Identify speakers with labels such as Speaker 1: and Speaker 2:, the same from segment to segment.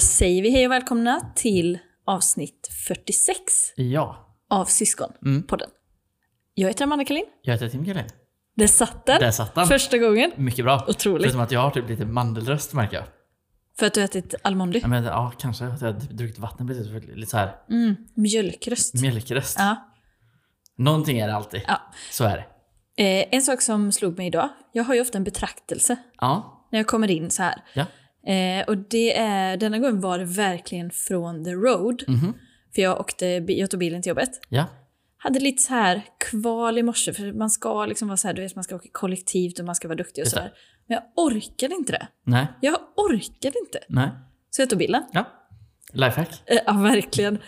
Speaker 1: säger vi hej och välkomna till avsnitt 46
Speaker 2: Ja,
Speaker 1: av Syskonpodden. Jag heter Amanda Kalin.
Speaker 2: jag heter Tim Gullin.
Speaker 1: Där satt den!
Speaker 2: Där satt den.
Speaker 1: Första gången.
Speaker 2: Mycket bra.
Speaker 1: Otroligt.
Speaker 2: Förutom att jag har typ lite mandelröst märker jag.
Speaker 1: För att du har ätit Almondi.
Speaker 2: Ja, men, ja kanske att jag har druckit vatten blivit lite, för- lite så här
Speaker 1: Mm, mjölkröst.
Speaker 2: mjölkröst.
Speaker 1: Ja.
Speaker 2: Någonting är det alltid.
Speaker 1: Ja.
Speaker 2: Så är det.
Speaker 1: Eh, en sak som slog mig idag. Jag har ju ofta en betraktelse
Speaker 2: Ja.
Speaker 1: när jag kommer in så här.
Speaker 2: Ja.
Speaker 1: Eh, och det är, denna gången var det verkligen från the road.
Speaker 2: Mhm.
Speaker 1: För jag, åkte, bi- jag tog bilen till jobbet.
Speaker 2: Ja.
Speaker 1: Hade lite så här kval i morse för man ska liksom vara så här, du vet man ska åka kollektivt och man ska vara duktig och
Speaker 2: Just det.
Speaker 1: sådär. Men jag orkade inte det.
Speaker 2: Nej.
Speaker 1: Jag orkade inte.
Speaker 2: Nej.
Speaker 1: Så jag tog bilen.
Speaker 2: Ja. Lifehack.
Speaker 1: Eh, Ja, verkligen.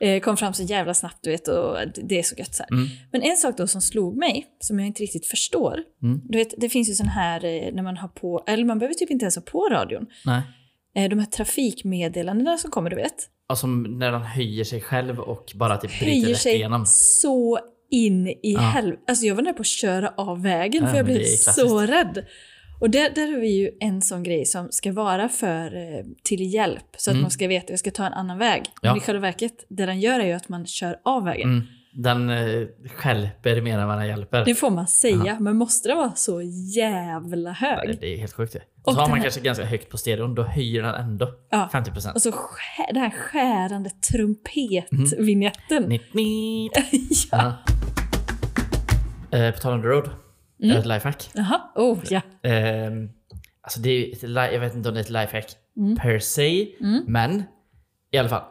Speaker 1: Eh, Kom fram så jävla snabbt, du vet, och det- det är så gött så här.
Speaker 2: Mm.
Speaker 1: Men en sak då som slog mig, som jag inte riktigt förstår.
Speaker 2: Mm.
Speaker 1: Du vet, det finns ju sån här eh, när man har på, eller man behöver typ inte ens ha på radion.
Speaker 2: Nej.
Speaker 1: Eh, De här trafikmeddelandena som kommer, du vet.
Speaker 2: Alltså när den höjer sig själv och bara typ bryter
Speaker 1: Höjer
Speaker 2: rätt
Speaker 1: sig
Speaker 2: igenom.
Speaker 1: så in i
Speaker 2: Ja.
Speaker 1: helvete. Alltså jag var nära på att köra av vägen
Speaker 2: Ja,
Speaker 1: för jag
Speaker 2: men
Speaker 1: blev
Speaker 2: det är
Speaker 1: så rädd. Och där, där har vi ju en sån grej som ska vara för eh, till hjälp så att
Speaker 2: Mm.
Speaker 1: man ska veta att jag ska ta en annan väg.
Speaker 2: Ja.
Speaker 1: Men i själva verket, det den gör är ju att man kör av vägen.
Speaker 2: Mm. Den eh, skälper mer än vad den hjälper.
Speaker 1: Det får man säga, men måste den vara så jävla hög?
Speaker 2: Det är helt sjukt det.
Speaker 1: Och
Speaker 2: Och så har
Speaker 1: den
Speaker 2: man
Speaker 1: här-
Speaker 2: kanske ganska högt på stereon, då höjer den ändå.
Speaker 1: Ja.
Speaker 2: 50 procent.
Speaker 1: Och så skär, den här skärande trumpetvinjetten.
Speaker 2: Nitt, nitt.
Speaker 1: ja.
Speaker 2: Ja. Eh, på tal om The
Speaker 1: Mm.
Speaker 2: Road. Jag har ett lifehack.
Speaker 1: Jaha, oh ja.
Speaker 2: Ehm, alltså det är ju ett, li- jag vet inte om det är ett lifehack
Speaker 1: Mm.
Speaker 2: per se, men i alla fall.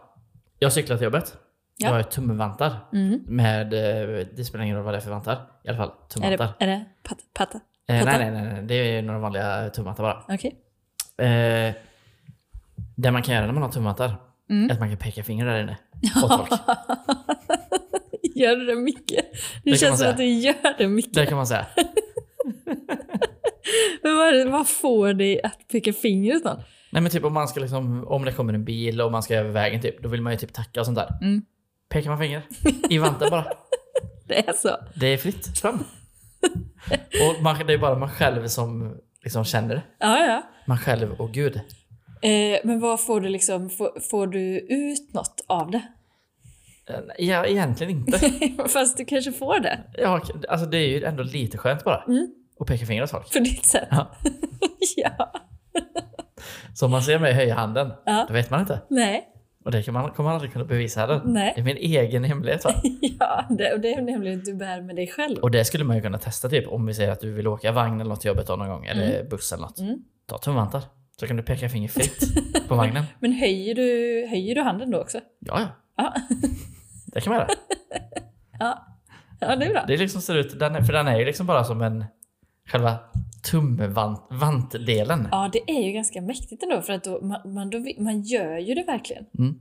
Speaker 2: Jag cyklar till jobbet.
Speaker 1: Ja.
Speaker 2: Jag har tumvantar.
Speaker 1: Mm.
Speaker 2: Med, eh, det spelar ingen roll vad det är för vantar. I alla fall
Speaker 1: Är
Speaker 2: tumvantar.
Speaker 1: det, är det patta? patta?
Speaker 2: Eh,
Speaker 1: patta?
Speaker 2: nej, nej, nej, nej. Det är några vanliga tumvantar bara.
Speaker 1: Okej.
Speaker 2: Eh, det man kan göra när man har tumvantar
Speaker 1: Mm.
Speaker 2: är att man kan peka finger där inne. Åt folk.
Speaker 1: Gör du det mycket? Det,
Speaker 2: man
Speaker 1: känns som
Speaker 2: säga.
Speaker 1: att du gör det mycket.
Speaker 2: Det kan man säga.
Speaker 1: Men vad, är det- vad får dig att peka finger åt någon?
Speaker 2: Nej men typ om man ska liksom, om det kommer en bil och man ska över vägen typ, då vill man ju typ tacka och sånt där.
Speaker 1: Mm.
Speaker 2: Pekar man finger i vanten bara.
Speaker 1: Det är så.
Speaker 2: Det är fritt fram. Och man, det är bara man själv som liksom känner det.
Speaker 1: Ja, ja.
Speaker 2: Man själv och Gud.
Speaker 1: Eh, men vad får du liksom, får, får du ut något av det?
Speaker 2: Eh, Ja, egentligen inte.
Speaker 1: Fast du kanske får det,
Speaker 2: Ja, alltså det är ju ändå lite skönt bara.
Speaker 1: Mm.
Speaker 2: Att peka finger åt folk.
Speaker 1: på ditt sätt.
Speaker 2: Ja.
Speaker 1: ja.
Speaker 2: Så om man ser mig höja handen,
Speaker 1: Ja.
Speaker 2: då vet man inte.
Speaker 1: Nej.
Speaker 2: Och det kan man, kommer man aldrig kunna bevisa heller.
Speaker 1: Nej.
Speaker 2: Det är min egen hemlighet va?
Speaker 1: Ja, det, och det är nämligen att du bär med dig själv.
Speaker 2: Och det skulle man ju kunna testa typ om vi säger att du vill åka vagn eller något till jobbet då någon gång, eller buss eller något.
Speaker 1: Mm.
Speaker 2: Ta tumvantar. Så kan du peka finger fritt på vagnen.
Speaker 1: Men höjer du, höjer du handen då också?
Speaker 2: Ja, ja.
Speaker 1: Ja.
Speaker 2: Det kan man göra.
Speaker 1: Ja, det är bra.
Speaker 2: Det liksom ser ut, den, är- för den är ju liksom bara som en själva tumvantdelen.
Speaker 1: Ja, det är ju ganska mäktigt ändå för att då, man, man, då, vi- man gör ju det verkligen.
Speaker 2: Mm.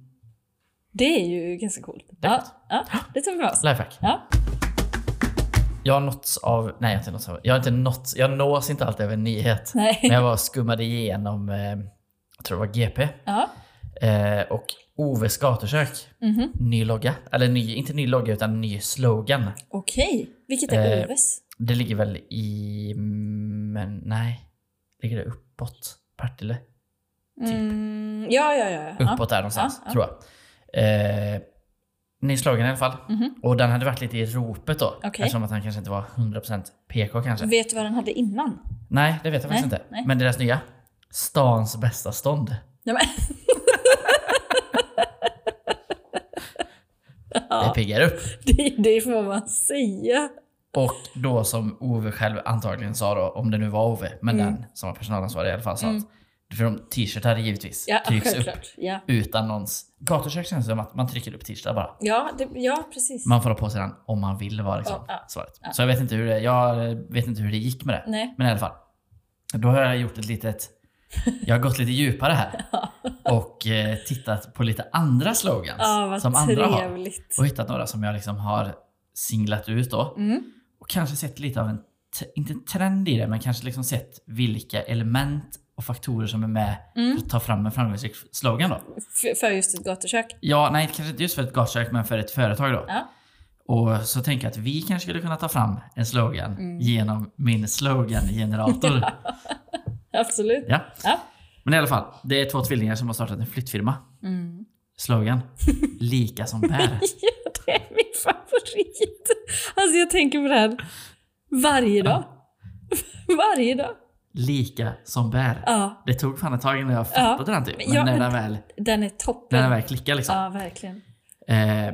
Speaker 1: Det är ju ganska coolt.
Speaker 2: Det är
Speaker 1: Ja,
Speaker 2: coolt.
Speaker 1: ja, det tar vi med oss.
Speaker 2: Lifehack.
Speaker 1: Ja.
Speaker 2: Jag har nåtts av, nej jag har inte nåtts av, jag har inte nåtts, jag nås inte alltid av en nyhet. Men
Speaker 1: Nej.
Speaker 2: jag var och skummade igenom, eh, jag tror det var GP,
Speaker 1: Ja.
Speaker 2: eh, och Oves gatukök.
Speaker 1: Mhm.
Speaker 2: Ny logga, eller ny, inte ny logga utan ny slogan.
Speaker 1: Okej. Vilket är
Speaker 2: Eh,
Speaker 1: Oves?
Speaker 2: Det ligger väl i... Men nej. Ligger det uppåt? Partille? typ.
Speaker 1: Mm, ja, ja, ja. ja.
Speaker 2: Uppåt där någonstans,
Speaker 1: Ja, ja.
Speaker 2: tror jag. Eh, ny slogan i alla fall.
Speaker 1: Mhm.
Speaker 2: Och den hade varit lite i ropet då.
Speaker 1: Okej.
Speaker 2: Eftersom att han kanske inte var 100% PK kanske.
Speaker 1: Vet du vad den hade innan?
Speaker 2: nej, det vet jag faktiskt
Speaker 1: Nej,
Speaker 2: inte.
Speaker 1: nej.
Speaker 2: Men deras nya. Stans bästa stånd.
Speaker 1: Nej, men,
Speaker 2: Det piggar upp.
Speaker 1: det, det får man säga.
Speaker 2: Och då som Ove själv antagligen sa då, om det nu var Ove, men
Speaker 1: Mm.
Speaker 2: den som var personalansvarig i alla fall sa att, för de t-shirtar givetvis
Speaker 1: Ja,
Speaker 2: trycks upp
Speaker 1: självklart. Ja,
Speaker 2: utan någons... Gatukök känns det som att man trycker upp t-shirtar bara.
Speaker 1: ja, det, ja precis.
Speaker 2: Man får ha på sig den om man vill vara liksom,
Speaker 1: Ja, ja,
Speaker 2: svaret.
Speaker 1: ja.
Speaker 2: Så jag vet, inte hur det, jag vet inte hur det gick med det.
Speaker 1: Nej.
Speaker 2: Men i alla fall. Då har jag gjort ett litet... Jag har gått lite djupare här. Och eh, tittat på lite andra slogans.
Speaker 1: Ja, vad
Speaker 2: som andra har.
Speaker 1: trevligt.
Speaker 2: Och hittat några som jag liksom har singlat ut då.
Speaker 1: Mm.
Speaker 2: Och kanske sett lite av en, t- inte trend i det, men kanske liksom sett vilka element och faktorer som är med
Speaker 1: Mm.
Speaker 2: för att ta fram en framgångsrik slogan då.
Speaker 1: För, för just ett gatukök.
Speaker 2: Ja, nej, kanske inte just för ett gatukök, men för ett företag då.
Speaker 1: Ja.
Speaker 2: Och så tänker jag att vi kanske skulle kunna ta fram en slogan
Speaker 1: Mm.
Speaker 2: genom min slogangenerator.
Speaker 1: Absolut.
Speaker 2: ja.
Speaker 1: Ja.
Speaker 2: Men Men i alla fall, det är två tvillingar som har startat en flyttfirma.
Speaker 1: Mm.
Speaker 2: Slogan. Lika som bär.
Speaker 1: Ja, det är min favorit. Alltså jag tänker på det här varje dag. Varje dag.
Speaker 2: Lika som bär.
Speaker 1: Ja,
Speaker 2: Det tog fan ett tag innan jag fattade den typ.
Speaker 1: men
Speaker 2: Men
Speaker 1: jag-
Speaker 2: när, den väl,
Speaker 1: den är
Speaker 2: när den
Speaker 1: toppen.
Speaker 2: väl klickar liksom.
Speaker 1: Ja, verkligen.
Speaker 2: Eh,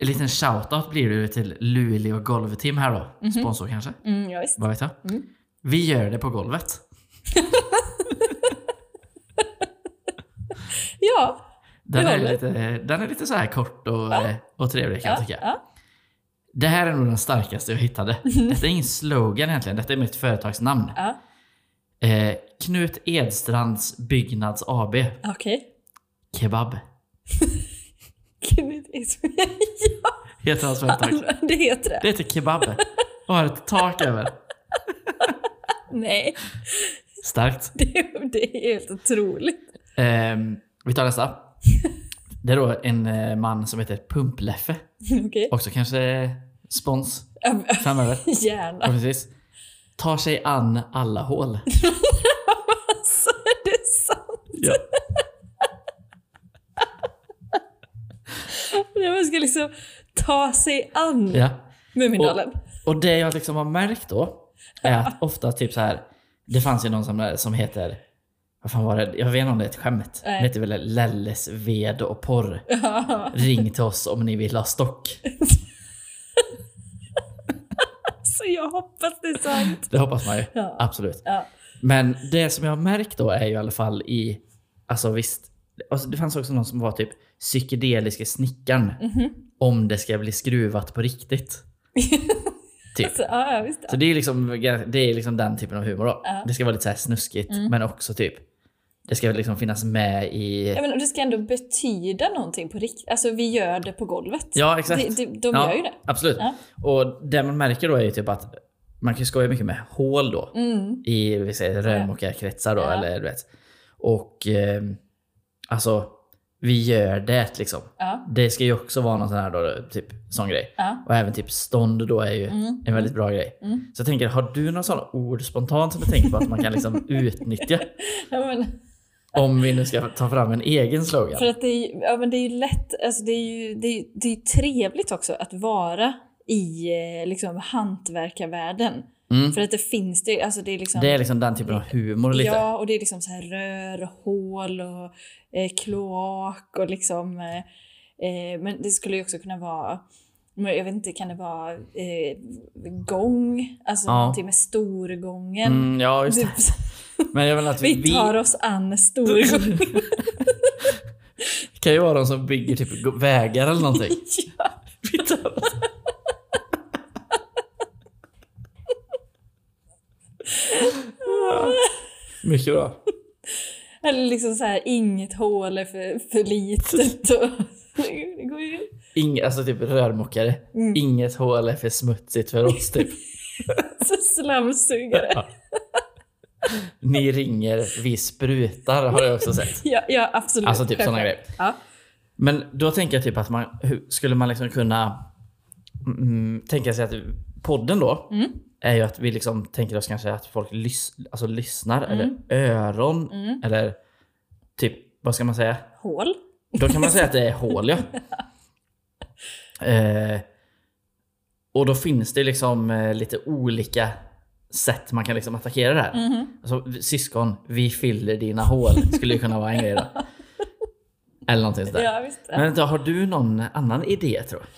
Speaker 2: en liten shoutout blir det ju till Luleå Golvteam här då.
Speaker 1: Mhm.
Speaker 2: Sponsor kanske?
Speaker 1: Mm, ja, visst.
Speaker 2: Vad vet jag?
Speaker 1: Mm.
Speaker 2: Vi gör det på golvet.
Speaker 1: Ja,
Speaker 2: Den
Speaker 1: Det
Speaker 2: är,
Speaker 1: håller.
Speaker 2: lite, den är lite så här kort och, eh, och trevlig kan
Speaker 1: ja,
Speaker 2: jag tycka.
Speaker 1: ja.
Speaker 2: Det här är nog den starkaste jag hittade.
Speaker 1: Mm.
Speaker 2: Detta är ingen slogan egentligen, detta är mitt företagsnamn.
Speaker 1: ja.
Speaker 2: Eh, Knut Edstrands Byggnads AB.
Speaker 1: okej.
Speaker 2: Kebab.
Speaker 1: Gud, det är så-
Speaker 2: Heter hans företag.
Speaker 1: Ja, det heter det.
Speaker 2: Det heter Kebab. Och har ett tak över.
Speaker 1: Nej,
Speaker 2: Starkt.
Speaker 1: det, är- det är helt otroligt.
Speaker 2: Ehm, vi tar nästa. Det är då en eh, man som heter Pumpleffe.
Speaker 1: Okej.
Speaker 2: Också kanske spons
Speaker 1: Ja,
Speaker 2: framöver.
Speaker 1: men, Gärna.
Speaker 2: Förhoppningsvis. Tar sig an alla hål.
Speaker 1: Alltså, är det sant?
Speaker 2: Ja.
Speaker 1: När man ska liksom ta sig an
Speaker 2: ja.
Speaker 1: Mumindalen.
Speaker 2: Och det jag liksom har märkt då är att ofta typ så här. Det fanns ju någon som, som heter vad fan var det? Jag vet inte om det är ett skämt. Det
Speaker 1: Nej.
Speaker 2: heter väl Lelles ved och porr.
Speaker 1: Ja.
Speaker 2: Ring till oss om ni vill ha stock.
Speaker 1: Så jag hoppas det är sant.
Speaker 2: Det hoppas man ju.
Speaker 1: Ja.
Speaker 2: Absolut.
Speaker 1: Ja.
Speaker 2: Men det som jag har märkt då är ju i alla fall i, alltså visst, alltså det fanns också någon som var typ psykedeliska snickaren.
Speaker 1: Mhm.
Speaker 2: Om det ska bli skruvat på riktigt. typ.
Speaker 1: Så, Alltså, ja, ja, visst.
Speaker 2: Så det är, liksom, det är liksom den typen av humor då.
Speaker 1: Ja. Mm.
Speaker 2: Det ska vara lite så här snuskigt men också typ, det ska liksom finnas med i...
Speaker 1: Ja, men det ska ändå betyda någonting på riktigt. Alltså vi gör det på golvet.
Speaker 2: Ja exakt.
Speaker 1: Det- det- de
Speaker 2: ja,
Speaker 1: gör ju det.
Speaker 2: Absolut.
Speaker 1: Ja.
Speaker 2: Och det man märker då är ju typ att man kan ju skoja mycket med hål då.
Speaker 1: Mm.
Speaker 2: i vi säger, rörmokarkretsar då,
Speaker 1: Ja.
Speaker 2: eller du vet. Och eh, alltså, vi gör det liksom.
Speaker 1: Ja.
Speaker 2: Det ska ju också vara någon sån här då, typ, sån grej.
Speaker 1: Ja.
Speaker 2: Och även typ stånd då är ju
Speaker 1: Mm.
Speaker 2: en väldigt bra grej.
Speaker 1: Mm.
Speaker 2: Så jag tänker, har du några sådana ord spontant som du tänker på att man kan liksom utnyttja?
Speaker 1: Ja, men,
Speaker 2: Om vi nu ska ta fram en egen slogan.
Speaker 1: för att det är, ju- ja, men det är ju lätt, alltså det är ju det är, ju- det är ju trevligt också att vara i eh, liksom, hantverkarvärlden.
Speaker 2: Mm.
Speaker 1: För att det finns, det, alltså det är liksom...
Speaker 2: Det är liksom den typen av humor lite.
Speaker 1: Ja, och det är liksom så här rör och hål och eh, kloak och liksom... Eh, eh, men det skulle ju också kunna vara... men Jag vet inte, kan det vara eh, gång? Alltså
Speaker 2: Ja.
Speaker 1: någonting med storgången?
Speaker 2: Mm, ja, just det.
Speaker 1: Typ,
Speaker 2: Men jag vill att vi,
Speaker 1: vi tar oss an storgången.
Speaker 2: kan ju vara de som bygger typ go- vägar eller någonting.
Speaker 1: ja.
Speaker 2: Vi tar oss Mycket bra.
Speaker 1: Eller liksom så här, inget hål är för, för litet. Och, det går ju...
Speaker 2: Inge, alltså typ rörmokare.
Speaker 1: Mm.
Speaker 2: Inget hål är för smutsigt för oss typ.
Speaker 1: Så slamsugare.
Speaker 2: Ja. Ni ringer, vi sprutar har jag också sett.
Speaker 1: Ja, ja, absolut.
Speaker 2: Alltså typ sådana
Speaker 1: Självklart.
Speaker 2: grejer.
Speaker 1: Ja.
Speaker 2: Men då tänker jag typ att man, hur, skulle man liksom kunna mm, tänka sig att podden då
Speaker 1: Mm.
Speaker 2: är ju att vi liksom tänker oss kanske att folk lys, alltså lyssnar eller öron
Speaker 1: Mm.
Speaker 2: eller typ, vad ska man säga?
Speaker 1: Hål.
Speaker 2: Då kan man säga att det är hål ja. Eh, och då finns det liksom eh, lite olika sätt man kan liksom attackera det här.
Speaker 1: Mm-hmm.
Speaker 2: Alltså, syskon, vi fyller dina hål skulle ju kunna vara en grej då. Eller någonting sådär.
Speaker 1: Ja, visst. Ja.
Speaker 2: Men vänta, har du någon annan idé tror du?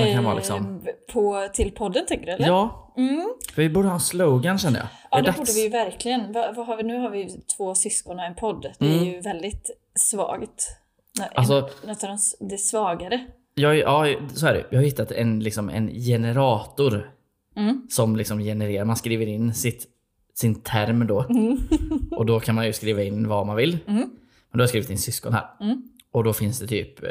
Speaker 2: Mm, Som kan vara liksom...
Speaker 1: Eh, På, till podden tänker du? Eller?
Speaker 2: Ja,
Speaker 1: Mm.
Speaker 2: för vi borde ha en slogan känner jag.
Speaker 1: ja
Speaker 2: är
Speaker 1: det
Speaker 2: dags.
Speaker 1: borde vi ju verkligen. Va, vad har vi, nu har vi ju två syskon och en podd. Det
Speaker 2: Mm.
Speaker 1: är ju väldigt svagt. Nå- en-
Speaker 2: Alltså-
Speaker 1: Något av de, s- det svagare.
Speaker 2: jag, ja, så är det. Jag har hittat en, liksom, en generator
Speaker 1: Mm.
Speaker 2: som liksom genererar. Man skriver in sitt, sin term då. Och då kan man ju skriva in vad man vill.
Speaker 1: Mm.
Speaker 2: Men då har jag skrivit in syskon här.
Speaker 1: Mm.
Speaker 2: Och då finns det typ eh,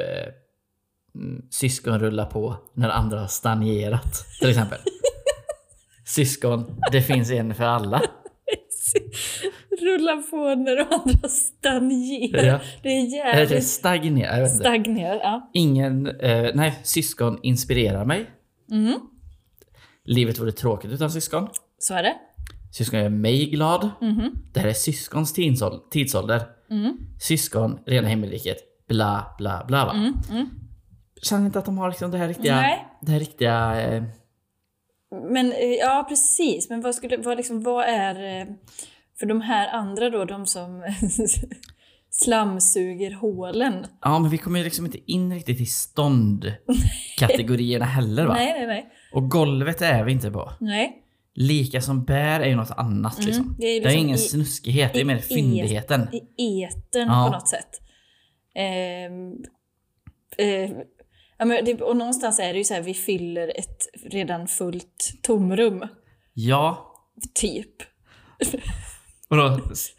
Speaker 2: mm, syskon rullar på när andra har stagnerat. Till exempel. syskon, det finns en för alla.
Speaker 1: Rulla på när de andra stagnerar.
Speaker 2: Ja.
Speaker 1: Det är
Speaker 2: Eller typ
Speaker 1: jävligt
Speaker 2: stagnera. Jag vet inte.
Speaker 1: stagnerar. Ja.
Speaker 2: Ingen, eh, nej, syskon inspirerar mig.
Speaker 1: Mm.
Speaker 2: Livet vore tråkigt utan syskon.
Speaker 1: Så är det.
Speaker 2: Syskon gör mig glad.
Speaker 1: Mhm.
Speaker 2: Det här är syskons tidsål- tidsålder.
Speaker 1: Mm.
Speaker 2: Syskon, rena himmelriket. Bla, bla, bla. Va?
Speaker 1: Mm. Mm.
Speaker 2: Känner inte att de har liksom det här riktiga...
Speaker 1: Nej.
Speaker 2: Det här riktiga... Eh,
Speaker 1: Men eh, ja, precis. Men vad, skulle, vad, liksom, vad är... eh, För de här andra då, de som slamsuger hålen.
Speaker 2: ja, men vi kommer ju liksom inte in riktigt i ståndkategorierna heller va?
Speaker 1: Nej, nej, nej.
Speaker 2: Och golvet är vi inte på.
Speaker 1: nej.
Speaker 2: Lika som bär är ju något annat
Speaker 1: Mm,
Speaker 2: liksom.
Speaker 1: det är
Speaker 2: det är
Speaker 1: liksom
Speaker 2: ingen
Speaker 1: i-
Speaker 2: snuskighet, det är mer
Speaker 1: i-
Speaker 2: fyndigheten.
Speaker 1: I etern
Speaker 2: Ja.
Speaker 1: på något sätt. Ehm, eh, ja, men det, och någonstans är det ju så här, vi fyller ett redan fullt tomrum.
Speaker 2: Ja,
Speaker 1: Typ.
Speaker 2: och då s-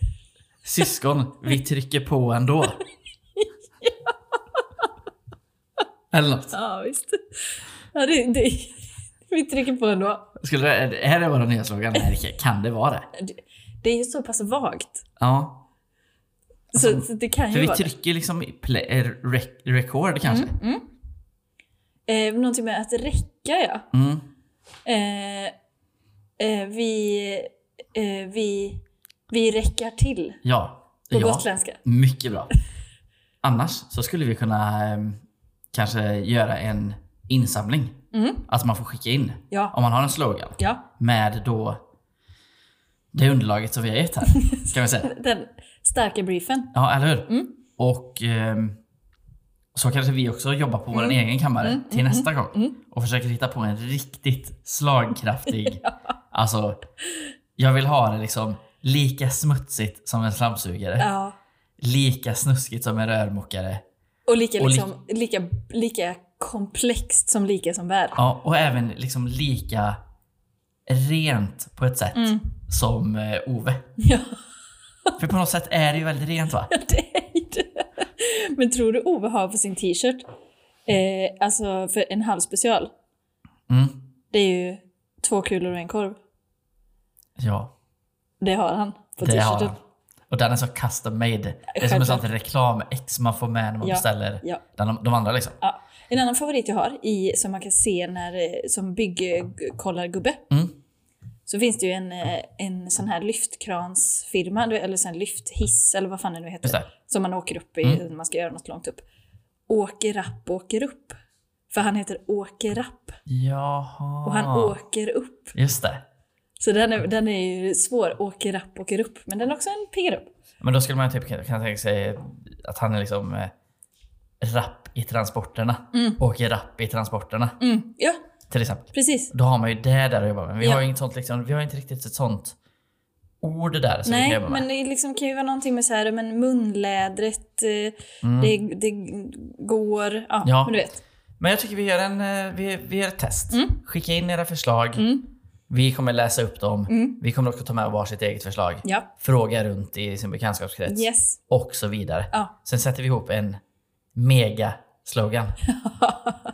Speaker 2: syskon, vi trycker på ändå. Eller något.
Speaker 1: Ja, visst. Ja, det, det, vi trycker på ändå.
Speaker 2: Skulle det, är det våra nya slogan? Nej, det kan- kan det vara det?
Speaker 1: Det, det är ju så pass vagt.
Speaker 2: Ja.
Speaker 1: Så, så det kan
Speaker 2: Alltså,
Speaker 1: ju
Speaker 2: För vi
Speaker 1: vara det.
Speaker 2: trycker liksom i play, eh, rec, record kanske.
Speaker 1: Mm, mm. Eh, någonting med att räcka, ja.
Speaker 2: Mm.
Speaker 1: Eh, eh, vi, eh, vi, vi räcker till
Speaker 2: Ja.
Speaker 1: på
Speaker 2: ja.
Speaker 1: gotländska.
Speaker 2: Mycket bra. Annars så skulle vi kunna eh, kanske göra en insamling.
Speaker 1: Mm.
Speaker 2: Alltså man får skicka in.
Speaker 1: Ja.
Speaker 2: Om man har en slogan.
Speaker 1: ja.
Speaker 2: Med då det underlaget som vi har gett här. Kan vi säga.
Speaker 1: Den starka briefen.
Speaker 2: Ja, eller hur?
Speaker 1: Mm.
Speaker 2: Och ehm, så kanske vi också jobbar på
Speaker 1: Mm.
Speaker 2: vår egen kammare till nästa gång. Och försöker hitta på en riktigt slagkraftig... Alltså, jag vill ha det liksom lika smutsigt som en slamsugare.
Speaker 1: Ja.
Speaker 2: Lika snuskigt som en rörmokare.
Speaker 1: Och, lika,
Speaker 2: Och li-
Speaker 1: liksom, lika, lika komplext som lika som bär.
Speaker 2: Ja, och även liksom lika rent på ett sätt
Speaker 1: Mm.
Speaker 2: som eh, Ove.
Speaker 1: Ja.
Speaker 2: För på något sätt är det ju väldigt rent va?
Speaker 1: Det är ju det. Men tror du Ove har på sin t-shirt, eh, alltså för en halv special,
Speaker 2: Mm.
Speaker 1: det är ju två kulor och en korv.
Speaker 2: Ja.
Speaker 1: Det har han på
Speaker 2: det har
Speaker 1: t-shirten.
Speaker 2: han. Och den är så custom made. Det är som ett sånt reklam-ex man får med när man
Speaker 1: Ja,
Speaker 2: beställer
Speaker 1: ja.
Speaker 2: Den, de andra liksom.
Speaker 1: Ja. En annan favorit jag har, i, som man kan se när, eh, som byggkollargubbe,
Speaker 2: Mm.
Speaker 1: så finns det ju en, eh, en sån här lyftkransfirma, du- eller sån här lyfthiss eller vad fan det nu heter,
Speaker 2: Just det.
Speaker 1: som man åker upp i
Speaker 2: Mm.
Speaker 1: när man ska göra något långt upp. Åker Rapp åker upp. För han heter Åke Rapp
Speaker 2: Jaha.
Speaker 1: och han åker upp.
Speaker 2: Just det.
Speaker 1: Så den är, den är ju svår, åker Rapp åker upp. Men den är också en piggar upp.
Speaker 2: Men då skulle man typ kunna tänka sig att han är liksom eh, rapp i transporterna.
Speaker 1: Mm.
Speaker 2: Åker rapp i transporterna
Speaker 1: Mm. Ja,
Speaker 2: till exempel.
Speaker 1: precis.
Speaker 2: Då har man ju det där att jobba med. Vi
Speaker 1: Ja.
Speaker 2: har ju inget sånt liksom, vi har inte riktigt ett sånt ord där som vi kan
Speaker 1: Nej,
Speaker 2: jobba med.
Speaker 1: men det liksom kan ju vara någonting med så här, men munlädret, eh,
Speaker 2: Mm.
Speaker 1: det, det går, ja,
Speaker 2: Ja.
Speaker 1: men du vet.
Speaker 2: Men jag tycker vi gör, en, eh, vi, vi gör ett test.
Speaker 1: Mm.
Speaker 2: Skicka in era förslag.
Speaker 1: Mm.
Speaker 2: Vi kommer läsa upp dem.
Speaker 1: Mm.
Speaker 2: Vi kommer också ta med varsitt eget förslag.
Speaker 1: Ja,
Speaker 2: Fråga runt i sin bekantskapskrets
Speaker 1: yes.
Speaker 2: och så vidare.
Speaker 1: Ja.
Speaker 2: Sen sätter vi ihop en mega slogan.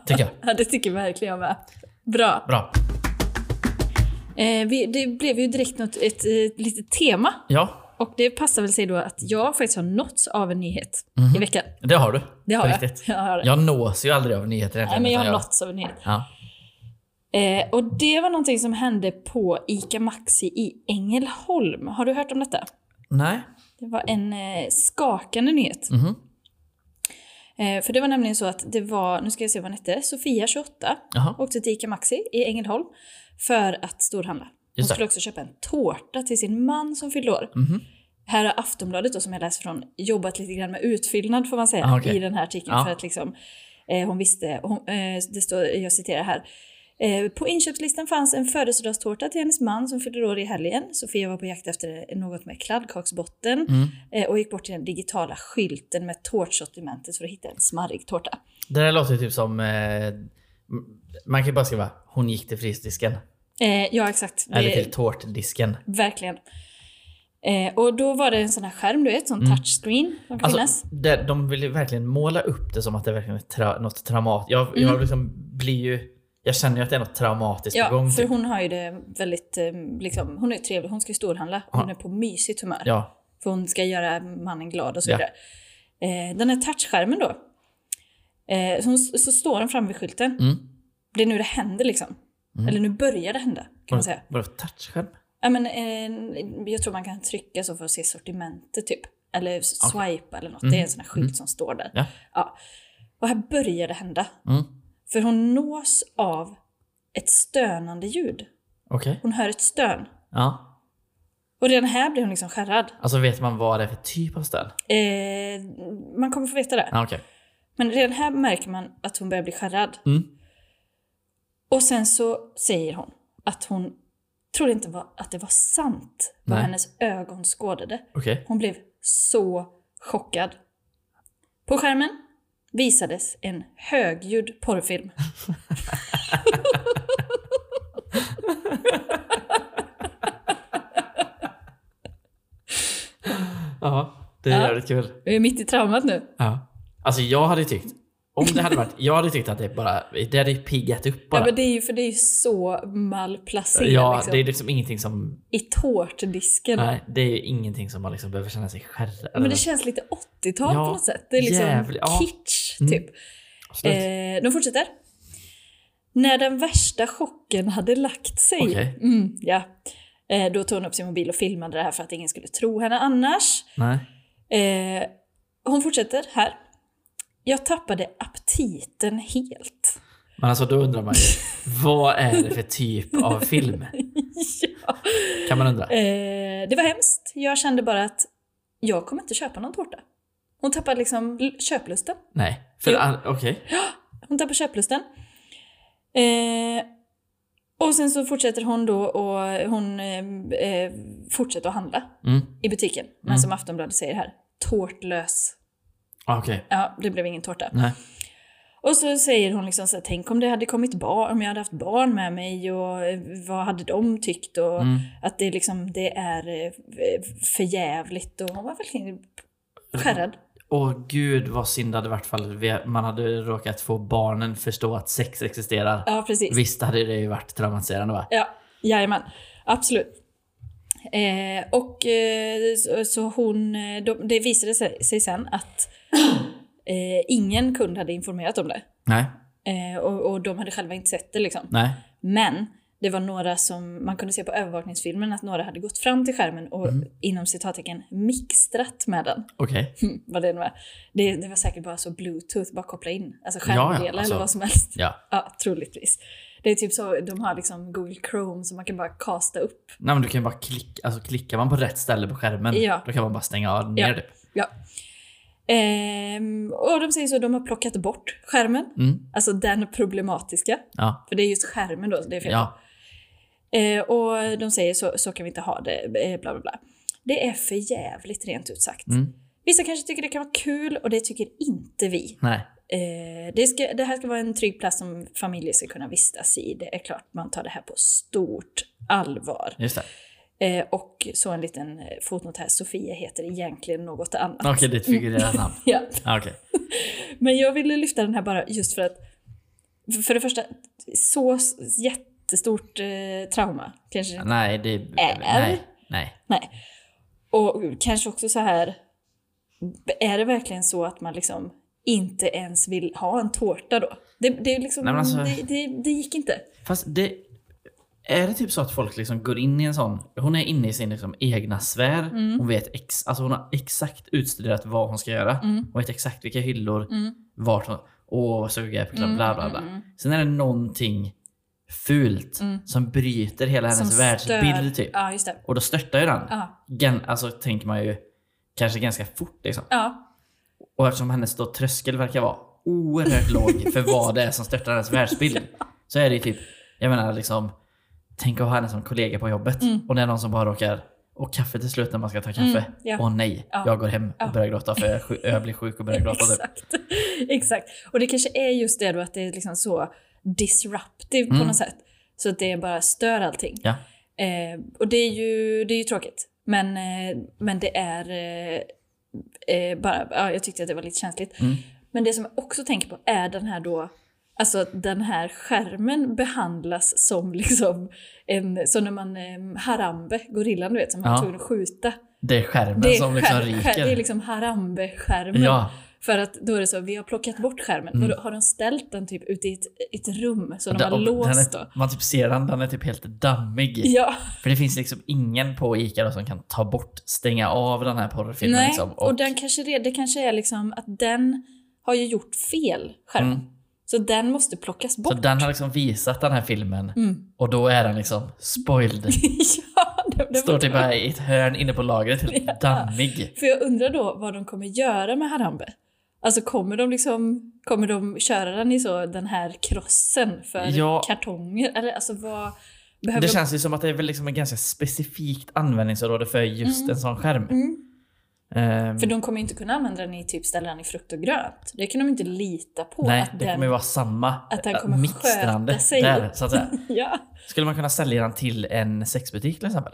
Speaker 2: Tycker jag.
Speaker 1: Ja, det tycker verkligen jag med. Bra.
Speaker 2: Bra.
Speaker 1: Eh, vi, det blev ju direkt något, ett, eh, litet tema.
Speaker 2: Ja,
Speaker 1: Och det passar väl sig då att jag faktiskt har nåtts av en nyhet i veckan.
Speaker 2: det har du.
Speaker 1: Det har
Speaker 2: Mhm. På
Speaker 1: jag.
Speaker 2: riktigt.
Speaker 1: Jag har det.
Speaker 2: Jag nås ju aldrig av nyheter
Speaker 1: Nej, men jag har
Speaker 2: utan
Speaker 1: nåtts av en nyhet.
Speaker 2: Ja.
Speaker 1: Eh, och det var någonting som hände på ICA Maxi i Ängelholm. Har du hört om detta?
Speaker 2: Nej.
Speaker 1: Det var en eh, skakande nyhet.
Speaker 2: Mhm.
Speaker 1: Eh, för det var nämligen så att det var, nu ska jag se vad hon hette, Sofia 28
Speaker 2: Jaha.
Speaker 1: åkte till ICA Maxi i Ängelholm för att storhandla. Hon
Speaker 2: Just det.
Speaker 1: skulle också köpa en tårta till sin man som fyllde år.
Speaker 2: Mhm.
Speaker 1: Här har Aftonbladet då, som jag läst från jobbat lite grann med utfyllnad får man säga
Speaker 2: Ah, okej.
Speaker 1: i den här artikeln.
Speaker 2: Ja.
Speaker 1: För att liksom, eh, hon visste, hon, eh, det står, jag citerar här. Eh, på inköpslistan fanns en födelsedagstårta till hennes man som fyllde år i helgen. Sofia var på jakt efter något med kladdkaksbotten
Speaker 2: Mm.
Speaker 1: eh, och gick bort till den digitala skylten med tårtsortimentet för att hitta en smarrig tårta.
Speaker 2: Det där låter ju typ som... Eh, m- man kan ju bara skriva “Hon gick till frysdisken”
Speaker 1: Eh, ja, exakt.
Speaker 2: eller
Speaker 1: Det-
Speaker 2: “Till tårtdisken”.
Speaker 1: Verkligen. Eh, och då var det en sån här skärm, du vet, sån touchscreen som kan finnas.
Speaker 2: Mm. Alltså, det, de vill ju verkligen måla upp det som att det verkligen är tra, något traumatiskt. Jag, jag liksom blir ju... Jag känner ju att det är något traumatiskt på gång.
Speaker 1: Mm. Ja, för
Speaker 2: typ.
Speaker 1: hon har ju det väldigt, eh, liksom, hon är ju trevlig, hon ska ju storhandla, hon
Speaker 2: Ja.
Speaker 1: är på mysigt humör.
Speaker 2: Ja.
Speaker 1: För hon ska göra mannen glad och så
Speaker 2: Ja.
Speaker 1: vidare. Eh, den här touchskärmen då, eh, så, hon, så står den framme vid skylten.
Speaker 2: Mm. Mm.
Speaker 1: Det är nu det händer liksom. Eller nu börjar det hända, kan man säga.
Speaker 2: Vadå touchskärm?
Speaker 1: Ja, men, eh, jag tror man kan trycka så för att se sortimentet typ. Eller swipa eller något. Det är en sån här skylt som står där.
Speaker 2: Mm. Ja.
Speaker 1: Och här börjar det hända.
Speaker 2: Mm.
Speaker 1: För hon nås av ett stönande ljud.
Speaker 2: Okej.
Speaker 1: Hon hör ett stön.
Speaker 2: Ja.
Speaker 1: Och redan här blir hon liksom skärrad.
Speaker 2: Alltså vet man vad det är för typ av stön?
Speaker 1: Eh, man kommer få veta det.
Speaker 2: Ja, okej.
Speaker 1: Men redan här märker man att hon börjar bli skärrad.
Speaker 2: Mm.
Speaker 1: Och sen så säger hon att hon trodde inte var, att det var sant vad
Speaker 2: Nej.
Speaker 1: hennes ögon skådade.
Speaker 2: Okej.
Speaker 1: Hon blev så chockad. På skärmen visades en högljudd porrfilm.
Speaker 2: Ja, det
Speaker 1: Ja.
Speaker 2: är jävligt kul.
Speaker 1: Jag är mitt i traumat nu.
Speaker 2: Ja. Alltså jag hade tyckt, om det hade varit, jag hade tyckt att det bara, det hade ju piggat upp bara.
Speaker 1: Ja, men det är ju för det är ju så malplacerat
Speaker 2: Ja,
Speaker 1: liksom.
Speaker 2: det är liksom ingenting som,
Speaker 1: I tårtdisken.
Speaker 2: nej, det är ju ingenting som man liksom behöver känna sig skärrad
Speaker 1: Men det känns lite 80-tal
Speaker 2: Ja,
Speaker 1: på något sätt. Det är liksom
Speaker 2: jävligt, ja.
Speaker 1: kitsch
Speaker 2: Mm.
Speaker 1: typ.
Speaker 2: Absolut.
Speaker 1: Eh, de fortsätter. När den värsta chocken hade lagt sig,
Speaker 2: Okej.
Speaker 1: mm, ja, eh, då tog hon upp sin mobil och filmade det här för att ingen skulle tro henne annars.
Speaker 2: Nej.
Speaker 1: Eh, hon fortsätter här. Jag tappade aptiten helt.
Speaker 2: Men alltså då undrar man ju, vad är det för typ av film?
Speaker 1: ja.
Speaker 2: Kan man undra.
Speaker 1: eh, det var hemskt. Jag kände bara att jag kommer inte köpa någon tårta. Hon tappar liksom l- köplusten.
Speaker 2: Nej. För
Speaker 1: Jo.
Speaker 2: all- okej.
Speaker 1: Hon tappar köplusten. Eh, och sen så fortsätter hon då och hon eh, eh, fortsätter att handla
Speaker 2: Mm.
Speaker 1: i butiken. Men
Speaker 2: Mm.
Speaker 1: som Aftonbladet säger här, tårtlös.
Speaker 2: Ah, okej.
Speaker 1: Ja, det blev ingen tårta.
Speaker 2: Nej.
Speaker 1: Och så säger hon liksom så här, tänk om det hade kommit barn, om jag hade haft barn med mig och eh, vad hade de tyckt och
Speaker 2: Mm.
Speaker 1: att det liksom, det är eh, förjävligt och hon var verkligen skärrad.
Speaker 2: Åh gud vad synd det hade varit fall vi- man hade råkat få barnen förstå att sex existerar.
Speaker 1: Ja, precis.
Speaker 2: Visst hade det ju varit traumatiserande va?
Speaker 1: Ja, jajamän. Absolut. Eh, och eh, så, så hon, eh, de, det visade sig, sig sen att eh, ingen kund hade informerat om det.
Speaker 2: Nej.
Speaker 1: Eh, och, och de hade själva inte sett det liksom.
Speaker 2: Nej.
Speaker 1: Men det var några som, man kunde se på övervakningsfilmen att några hade gått fram till skärmen och
Speaker 2: Mhm.
Speaker 1: inom citattecken mixtrat med den.
Speaker 2: Okej.
Speaker 1: Hm, vad det nu är. Det, det var säkert bara så bluetooth, bara koppla in. Alltså
Speaker 2: Ja, ja,
Speaker 1: skärmdelar
Speaker 2: alltså.
Speaker 1: eller vad som helst.
Speaker 2: Ja.
Speaker 1: Ja, troligtvis. Det är typ så, de har liksom Google Chrome så man kan bara kasta upp.
Speaker 2: Nej men du kan ju bara klicka, alltså klickar man på rätt ställe på skärmen
Speaker 1: Ja.
Speaker 2: då kan man bara stänga av ner
Speaker 1: Ja.
Speaker 2: typ.
Speaker 1: Ja. Ehm, och de säger så, de har plockat bort skärmen.
Speaker 2: Mm.
Speaker 1: Alltså den problematiska.
Speaker 2: Ja.
Speaker 1: För det är just skärmen då det är fel på.
Speaker 2: Ja.
Speaker 1: Eh, och de säger så, så kan vi inte ha det, eh, bla bla bla. Det är för jävligt rent ut sagt.
Speaker 2: Mm.
Speaker 1: Vissa kanske tycker det kan vara kul och det tycker inte vi.
Speaker 2: Nej.
Speaker 1: Eh, det, ska, det här ska vara en trygg plats som familjer ska kunna vistas i. Det är klart man tar det här på stort allvar.
Speaker 2: Just det.
Speaker 1: Eh, och så en liten eh, fotnot här. Sofia heter egentligen något annat.
Speaker 2: Okej, ditt figurerar namn.
Speaker 1: Ja.
Speaker 2: Ja, okej.
Speaker 1: Men jag ville lyfta den här bara just för att, för- för det första, så s- jättestort eh, trauma kanske
Speaker 2: Nej, det...
Speaker 1: Är?
Speaker 2: Nej. Nej.
Speaker 1: Nej. Och kanske också så här, är det verkligen så att man liksom inte ens vill ha en tårta då? Det, det, är liksom,
Speaker 2: Nej, men alltså-
Speaker 1: det, det, det gick inte.
Speaker 2: Fast det... Är det typ så att folk liksom går in i en sån... Hon är inne i sin liksom egna sfär. Hon vet ex, alltså hon har exakt utstuderat vad hon ska göra.
Speaker 1: Mm.
Speaker 2: Hon vet exakt vilka hyllor, vart hon... Åh, vad suger jag på bla bla
Speaker 1: Mm,
Speaker 2: bla. bla. Sen är det någonting fult som bryter hela hennes världsbild typ.
Speaker 1: mm. Ja, just det.
Speaker 2: Och då störtar ju den.
Speaker 1: Ja.
Speaker 2: Gan, alltså tänker man ju kanske ganska fort liksom.
Speaker 1: Ja,
Speaker 2: Och eftersom hennes då tröskel verkar vara oerhört låg för vad det är som störtar hennes världsbild. Så är det ju typ, jag menar liksom, tänk att ha henne som kollega på jobbet
Speaker 1: Mm.
Speaker 2: och det är någon som bara råkar och kaffe till slut när man ska ta kaffe.
Speaker 1: ja.
Speaker 2: Åh nej,
Speaker 1: Ja.
Speaker 2: jag går hem och börjar gråta för jag, är sju- jag blir sjuk och börjar gråta. Typ.
Speaker 1: exakt. exakt. Och det kanske är just det då att det är liksom så disruptive på något sätt. Så att det bara stör allting.
Speaker 2: Mm. Ja.
Speaker 1: Eh, och det är ju, det är ju tråkigt. Men, eh, men det är eh, eh, bara, ja, jag tyckte att det var lite känsligt.
Speaker 2: Mm.
Speaker 1: Men det som jag också tänker på är den här då, alltså att den här skärmen behandlas som liksom en, som när man, eh, Harambe, gorillan du vet, som man
Speaker 2: Ja.
Speaker 1: var tvungen att skjuta.
Speaker 2: Det är skärmen
Speaker 1: Det är,
Speaker 2: som liksom
Speaker 1: skär- skär-
Speaker 2: ryker.
Speaker 1: det är liksom Harambe-skärmen.
Speaker 2: ja,
Speaker 1: För att då är det så, vi har plockat bort skärmen.
Speaker 2: Mm.
Speaker 1: Vadå, Har de ställt den typ ute i ett, ett rum? Så de
Speaker 2: Den-
Speaker 1: har
Speaker 2: och den
Speaker 1: låst
Speaker 2: är,
Speaker 1: då?
Speaker 2: Man typ ser den, den är typ helt dammig.
Speaker 1: Ja,
Speaker 2: För det finns liksom ingen på ICA då som kan ta bort, stänga av den här porrfilmen
Speaker 1: nej.
Speaker 2: liksom.
Speaker 1: och den kanske, det, det kanske är liksom att den har ju gjort fel, skärmen.
Speaker 2: Mm.
Speaker 1: Så den måste plockas bort.
Speaker 2: Så den har liksom visat den här filmen
Speaker 1: Mm.
Speaker 2: och då är den liksom spoiled.
Speaker 1: ja, det, det
Speaker 2: Står
Speaker 1: var-
Speaker 2: typ här i ett hörn inne på lagret, helt dammig.
Speaker 1: För jag undrar då vad de kommer göra med Harambe. Alltså kommer de liksom, kommer de köra den i så den här krossen för
Speaker 2: Ja.
Speaker 1: kartonger? Eller alltså vad behöver
Speaker 2: Det
Speaker 1: de?
Speaker 2: känns ju som att det är väl liksom ett ganska specifikt användningsområde för just
Speaker 1: Mm.
Speaker 2: en sån skärm.
Speaker 1: Mm.
Speaker 2: Ehm,
Speaker 1: För de kommer inte kunna använda den i typ ställa den i frukt och grönt. Det kan de inte lita på
Speaker 2: nej,
Speaker 1: att
Speaker 2: det
Speaker 1: den...
Speaker 2: kommer ju vara samma
Speaker 1: att den
Speaker 2: äh,
Speaker 1: kommer
Speaker 2: mixtrande
Speaker 1: sköta sig.
Speaker 2: där, så att säga.
Speaker 1: Ja.
Speaker 2: Skulle man kunna sälja den till en sexbutik till exempel?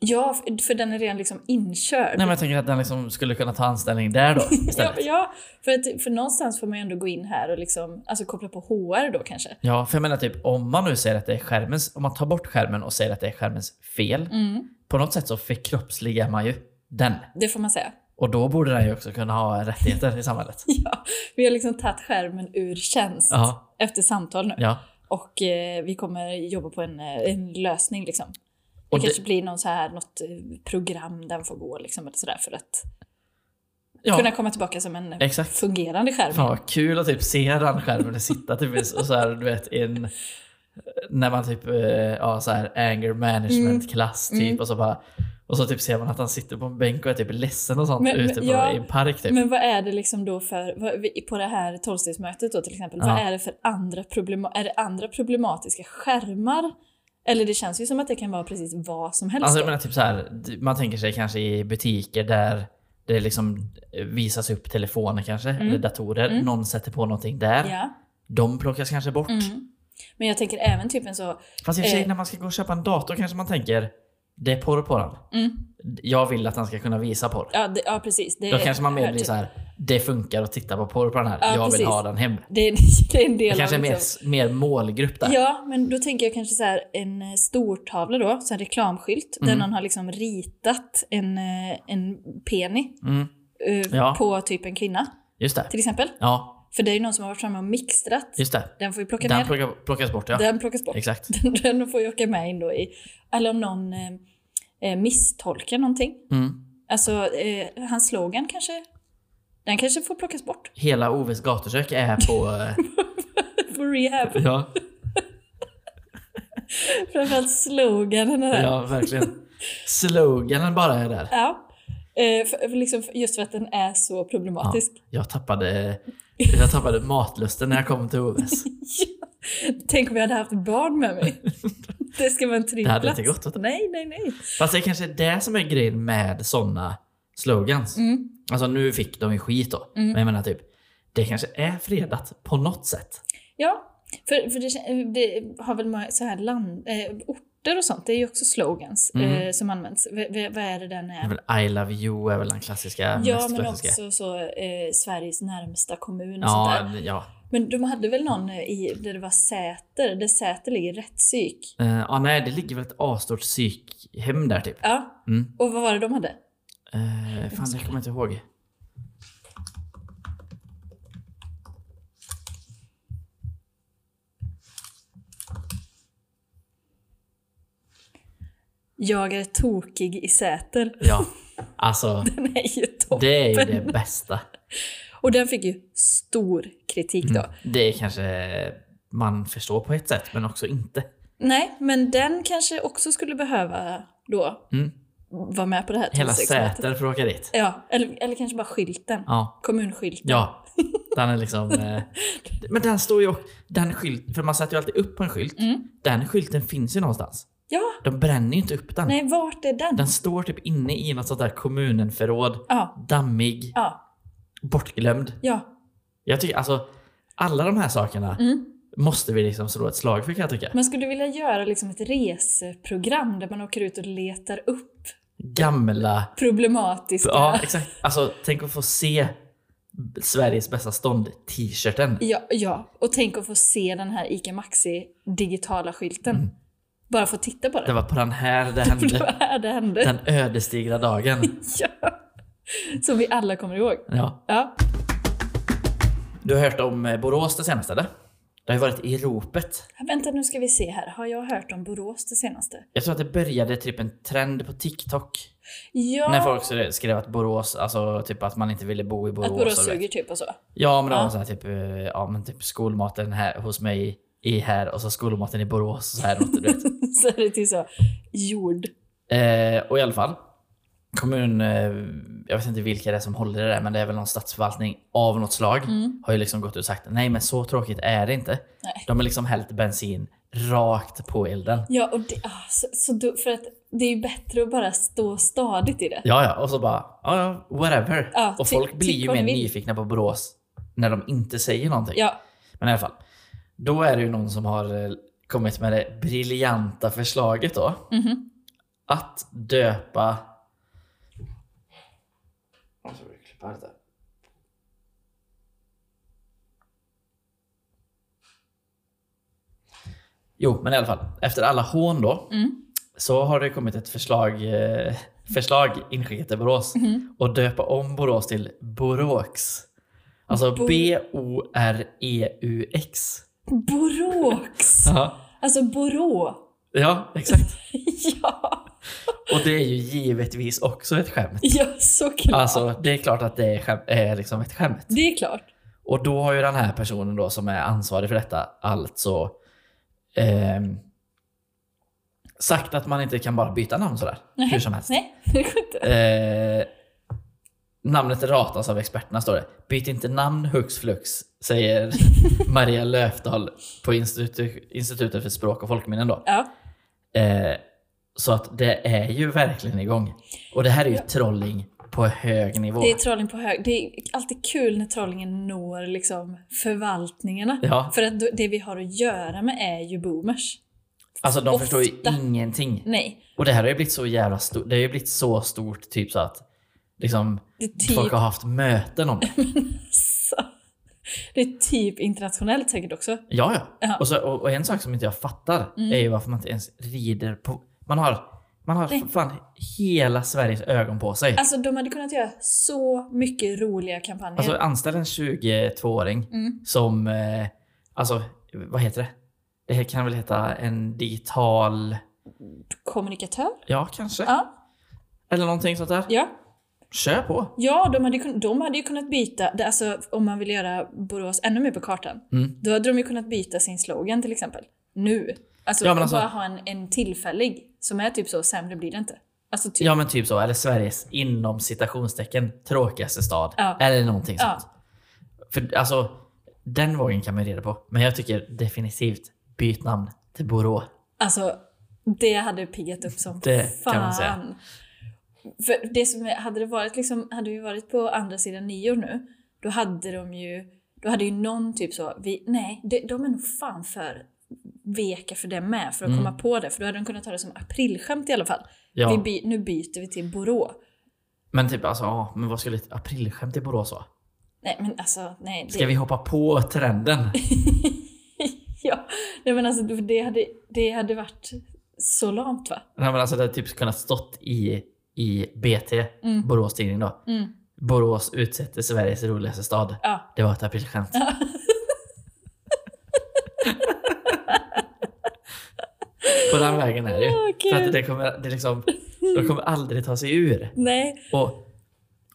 Speaker 1: ja, för- för den är redan liksom inkörd.
Speaker 2: Nej men jag tänker att den liksom skulle kunna ta anställning där då
Speaker 1: ja,
Speaker 2: istället.
Speaker 1: ja för, att, för någonstans får man ju ändå gå in här och liksom, alltså koppla på HR då kanske.
Speaker 2: Ja, för jag menar typ om man nu säger att det är skärmens, om man tar bort skärmen och säger att det är skärmens fel.
Speaker 1: Mm.
Speaker 2: På något sätt så förkroppsligar man ju den.
Speaker 1: Det får man säga.
Speaker 2: Och då borde den ju också kunna ha rättigheter i samhället.
Speaker 1: Ja, vi har liksom tagit skärmen ur tjänst
Speaker 2: Ja,
Speaker 1: efter samtal nu.
Speaker 2: ja.
Speaker 1: Och eh, vi kommer jobba på en, eh, en lösning liksom. Det
Speaker 2: Och det-
Speaker 1: kanske blir någon så här, något eh, program den får gå liksom, eller sådär för att kunna
Speaker 2: ja
Speaker 1: komma tillbaka som en
Speaker 2: exakt.
Speaker 1: fungerande skärm.
Speaker 2: Fan vad kul att typ se den skärmen sitta typ och så här, du vet, i en... När man typ, eh, ja så här anger management klass typ
Speaker 1: Mm.
Speaker 2: och så bara... Och så typ ser man att han sitter på en bänk och är typ ledsen och sånt
Speaker 1: Men- men-
Speaker 2: ute på,
Speaker 1: ja,
Speaker 2: i en park typ.
Speaker 1: Men vad är det liksom då för, vad, vi- på det här tolvstegsmötet då till exempel, vad
Speaker 2: Ja.
Speaker 1: är det för andra, problema, är det andra problematiska skärmar? Eller det känns ju som att det kan vara precis vad som helst.
Speaker 2: Alltså
Speaker 1: då.
Speaker 2: jag menar typ så här, d- man tänker sig kanske i butiker där det liksom visas upp telefoner kanske,
Speaker 1: Mm.
Speaker 2: eller datorer.
Speaker 1: Mm.
Speaker 2: Någon sätter på någonting där.
Speaker 1: ja.
Speaker 2: De plockas kanske bort.
Speaker 1: mm. Men jag tänker även typ en så,
Speaker 2: Fast i och för sig
Speaker 1: Eh.
Speaker 2: när man ska gå och köpa en dator kanske man tänker, det är porr på den.
Speaker 1: mm,
Speaker 2: Jag vill att den ska kunna visa porr.
Speaker 1: ja, det, ja precis. Det
Speaker 2: Då kanske man mer
Speaker 1: hör typ
Speaker 2: blir
Speaker 1: till-
Speaker 2: så här, det funkar att titta på porr på den här.
Speaker 1: Ja,
Speaker 2: jag
Speaker 1: precis.
Speaker 2: vill ha den hem.
Speaker 1: Det är, det är en del
Speaker 2: Det kanske är
Speaker 1: av
Speaker 2: mer,
Speaker 1: liksom-
Speaker 2: mer målgrupp där.
Speaker 1: Ja, men då tänker jag kanske så här en eh, stortavla då, så en reklamskylt där
Speaker 2: Mm.
Speaker 1: någon har liksom ritat en, eh, en peni
Speaker 2: Mm,
Speaker 1: eh,
Speaker 2: Ja.
Speaker 1: på typ en kvinna
Speaker 2: just det.
Speaker 1: till exempel.
Speaker 2: Ja,
Speaker 1: För det är ju någon som har varit framme och mixtrat.
Speaker 2: just det.
Speaker 1: Den får ju plocka
Speaker 2: Den
Speaker 1: ner.
Speaker 2: plocka, plockas bort ja.
Speaker 1: Den plockas bort.
Speaker 2: Exakt.
Speaker 1: Den, får ju åka med in då i... Eller om någon eh, eh, misstolkar någonting.
Speaker 2: Mm.
Speaker 1: Alltså, eh, hans slogan kanske... Den kanske får plockas bort.
Speaker 2: Hela Oves gatukök är på... eh,
Speaker 1: På rehab.
Speaker 2: ja.
Speaker 1: Framförallt sloganen där.
Speaker 2: Ja, verkligen. Sloganen bara är där.
Speaker 1: Ja. Eh, för, för liksom, för- just för att den är så problematisk.
Speaker 2: Jag tappade, jag tappade matlusten när jag kom till OS.
Speaker 1: Tänk om jag hade haft barn med mig. Det ska vara en trygg
Speaker 2: Det hade
Speaker 1: plats.
Speaker 2: inte gått åt det.
Speaker 1: Nej, nej, nej.
Speaker 2: Fast det är kanske är det som är grejen med såna slogans.
Speaker 1: Mm.
Speaker 2: Alltså nu fick de ju skit då.
Speaker 1: Mm.
Speaker 2: Men jag menar typ, det kanske är fredat på något sätt.
Speaker 1: Ja, för, för det, kän- det har väl med så här land, eh, orter och sånt, det är ju också slogans
Speaker 2: Mm.
Speaker 1: eh, som används. V, v, vad är det den
Speaker 2: Det är
Speaker 1: är?
Speaker 2: väl I love you är väl den klassiska,
Speaker 1: Ja,
Speaker 2: mest
Speaker 1: men
Speaker 2: klassiska.
Speaker 1: också så, eh, Sveriges närmsta kommun och sånt där.
Speaker 2: Ja, ja.
Speaker 1: Men de hade väl någon eh, i, där det var Säter, där Säter ligger rättspsyk.
Speaker 2: Eh, ja, nej, det ligger väl ett asstort psykhem där typ.
Speaker 1: Ja,
Speaker 2: Mm.
Speaker 1: och vad var det de hade?
Speaker 2: Eh, fan, det kommer jag inte ihåg.
Speaker 1: Jag är tokig i Säter.
Speaker 2: Ja, alltså
Speaker 1: Den är ju toppen.
Speaker 2: det är ju det bästa.
Speaker 1: Och den fick ju stor kritik då.
Speaker 2: Mm. Det kanske man förstår på ett sätt, men också inte.
Speaker 1: Nej, men den kanske också skulle behöva då
Speaker 2: Mm.
Speaker 1: vara med på det här
Speaker 2: Hela
Speaker 1: tillsägsmötet.
Speaker 2: Säter får åka dit.
Speaker 1: Ja, eller, eller kanske bara skylten.
Speaker 2: Ja.
Speaker 1: Kommunskylten.
Speaker 2: ja. Den är liksom... eh, Men den står ju också... Den skylt, för man sätter ju alltid upp en skylt.
Speaker 1: Mm.
Speaker 2: Den skylten finns ju någonstans.
Speaker 1: Ja,
Speaker 2: De bränner ju inte upp den.
Speaker 1: nej vart är den?
Speaker 2: Den står typ inne i något sånt där kommunen-förråd.
Speaker 1: Ja,
Speaker 2: Dammig,
Speaker 1: ja,
Speaker 2: bortglömd.
Speaker 1: ja.
Speaker 2: Jag tycker alltså... Alla de här sakerna
Speaker 1: Mm.
Speaker 2: måste vi liksom slå ett slag för kan jag tycka.
Speaker 1: Man skulle vilja göra liksom ett reseprogram där man åker ut och letar upp
Speaker 2: Gamla
Speaker 1: problematiska...
Speaker 2: Ja, exakt. Alltså, tänk att få se Sveriges bästa stånd-t-shirten.
Speaker 1: ja, ja. Och tänk att få se den här ICA Maxi digitala skylten.
Speaker 2: Mm.
Speaker 1: Bara få titta på
Speaker 2: Det
Speaker 1: den.
Speaker 2: var på den här det
Speaker 1: För det var
Speaker 2: hände.
Speaker 1: här det hände.
Speaker 2: Den ödesdigra dagen.
Speaker 1: Ja. Som vi alla kommer ihåg.
Speaker 2: Ja.
Speaker 1: Ja.
Speaker 2: Du har hört om eh, Borås det senaste eller? Det har ju varit i ropet.
Speaker 1: Vänta nu ska vi se här. Har jag hört om Borås det senaste?
Speaker 2: Jag tror att det började typ en trend på TikTok.
Speaker 1: Ja,
Speaker 2: När folk skre- skrev att Borås, alltså typ att man inte ville bo i Borås.
Speaker 1: att
Speaker 2: och
Speaker 1: Borås
Speaker 2: du vet.
Speaker 1: suger typ och så.
Speaker 2: Ja men det
Speaker 1: Ja.
Speaker 2: var så här, typ, eh, ja, men typ skolmaten här, hos mig i här och så skolmaten i Borås. och Så här, något, du vet.
Speaker 1: så är det till så jord.
Speaker 2: Eh, och i alla fall. Kommun, eh, jag vet inte vilka det är som håller det där men det är väl någon statsförvaltning av något slag. Har ju liksom gått ut och sagt nej men så tråkigt är det inte.
Speaker 1: Mm. Nej.
Speaker 2: De har liksom hällt bensin rakt på elden.
Speaker 1: Ja, och det, ah, så, så du, för att det är ju bättre att bara stå stadigt i det.
Speaker 2: Ja ja och så bara ja ja whatever.
Speaker 1: Ja,
Speaker 2: och
Speaker 1: ty-
Speaker 2: folk blir
Speaker 1: tyck
Speaker 2: ju
Speaker 1: vad
Speaker 2: mer
Speaker 1: ni vill.
Speaker 2: nyfikna på Borås när de inte säger någonting.
Speaker 1: Ja,
Speaker 2: Men i alla fall. Då är det ju någon som har eh, kommit med det briljanta förslaget då.
Speaker 1: Mhm.
Speaker 2: Att döpa... Jag tror jag klipper det där. Jo, men i alla fall. Efter alla hån då.
Speaker 1: Mm.
Speaker 2: Så har det kommit ett förslag, eh, förslag inskickat till Borås.
Speaker 1: Mhm.
Speaker 2: Och döpa om Borås till Boråx. Alltså
Speaker 1: Bo-
Speaker 2: E B-O-R-E-U-X.
Speaker 1: Borås! Alltså Borå.
Speaker 2: Ja, exakt.
Speaker 1: ja,
Speaker 2: Och det är ju givetvis också ett skämt.
Speaker 1: ja, såklart.
Speaker 2: Alltså, det är klart att det är, skäm- är liksom ett skämt.
Speaker 1: Det är klart.
Speaker 2: Och då har ju den här personen då som är ansvarig för detta alltså ehm, sagt att man inte kan bara byta namn sådär.
Speaker 1: Nej.
Speaker 2: Hur som helst.
Speaker 1: Nej, det går inte.
Speaker 2: Eh, namnet ratas av experterna står det. Byt inte namn hux flux, säger Maria Löfdahl på institu- Institutet för språk och folkminnen då.
Speaker 1: Ja,
Speaker 2: Eh, så att det är ju verkligen igång. Och det här är ju trolling på hög nivå.
Speaker 1: det är trolling på hög. Det är alltid kul när trollingen når liksom förvaltningarna.
Speaker 2: Ja,
Speaker 1: För att då- det vi har att göra med är ju boomers.
Speaker 2: alltså de
Speaker 1: ofta.
Speaker 2: förstår ju ingenting.
Speaker 1: Nej,
Speaker 2: Och det här har ju blivit så jävla stort. Det har ju blivit så stort typ så att liksom
Speaker 1: det är typ,
Speaker 2: folk har haft möten om det.
Speaker 1: det är typ internationellt säkert också.
Speaker 2: Ja, ja.
Speaker 1: Ja.
Speaker 2: Och, så, och, och en sak som inte jag fattar
Speaker 1: Mm.
Speaker 2: är ju varför man inte ens rider på... Man har, man har
Speaker 1: Nej.
Speaker 2: f- fan hela Sveriges ögon på sig.
Speaker 1: Alltså de hade kunnat göra så mycket roliga kampanjer.
Speaker 2: Alltså anställ en 22-åring
Speaker 1: Mm.
Speaker 2: som... Eh, alltså, vad heter det? Det här kan väl heta en digital...
Speaker 1: Kommunikatör?
Speaker 2: Ja, kanske.
Speaker 1: Ja.
Speaker 2: Eller någonting sånt där.
Speaker 1: Ja.
Speaker 2: Kör på.
Speaker 1: Ja, de hade, kun- de hade ju kunnat byta, det- alltså om man vill göra Borås ännu mer på kartan,
Speaker 2: Mm.
Speaker 1: då hade de ju kunnat byta sin slogan till exempel. Nu. Alltså,
Speaker 2: Ja, men alltså-
Speaker 1: bara ha en, en tillfällig som är typ så, sämre blir det inte. Alltså typ,
Speaker 2: Ja, men typ så. Eller Sveriges, inom citationstecken, tråkigaste stad.
Speaker 1: Ja.
Speaker 2: Eller någonting
Speaker 1: Ja.
Speaker 2: sånt. För alltså, den vågen kan man reda på. Men jag tycker definitivt, byt namn till Borås.
Speaker 1: alltså det hade piggat upp som
Speaker 2: Det
Speaker 1: fan.
Speaker 2: kan man säga.
Speaker 1: För det som är, hade det varit liksom, hade vi varit på andra sidan nio nu, då hade de ju, då hade ju någon typ så, vi, nej, det, de är nog fan för veka för det med, för att
Speaker 2: Mm.
Speaker 1: komma på det, för då hade de kunnat ta det som aprilskämt i alla fall.
Speaker 2: Ja.
Speaker 1: Vi by, nu byter vi till Borå.
Speaker 2: Men typ alltså, ja, men vad skulle ett aprilskämt i Borås vara?
Speaker 1: Nej men alltså, nej. Det,
Speaker 2: Ska vi hoppa på trenden?
Speaker 1: ja, nej men alltså det hade, det hade varit så lamt va?
Speaker 2: Nej men alltså det hade typ kunnat stått i, i BT,
Speaker 1: Mm.
Speaker 2: Borås tidning då.
Speaker 1: Mm.
Speaker 2: Borås utsätter Sveriges roligaste stad.
Speaker 1: Ja.
Speaker 2: Det var ett aprilskämt. på den vägen är det ju.
Speaker 1: Åh,
Speaker 2: För att
Speaker 1: gud.
Speaker 2: det kommer, det liksom, de kommer aldrig ta sig ur.
Speaker 1: Nej.
Speaker 2: Och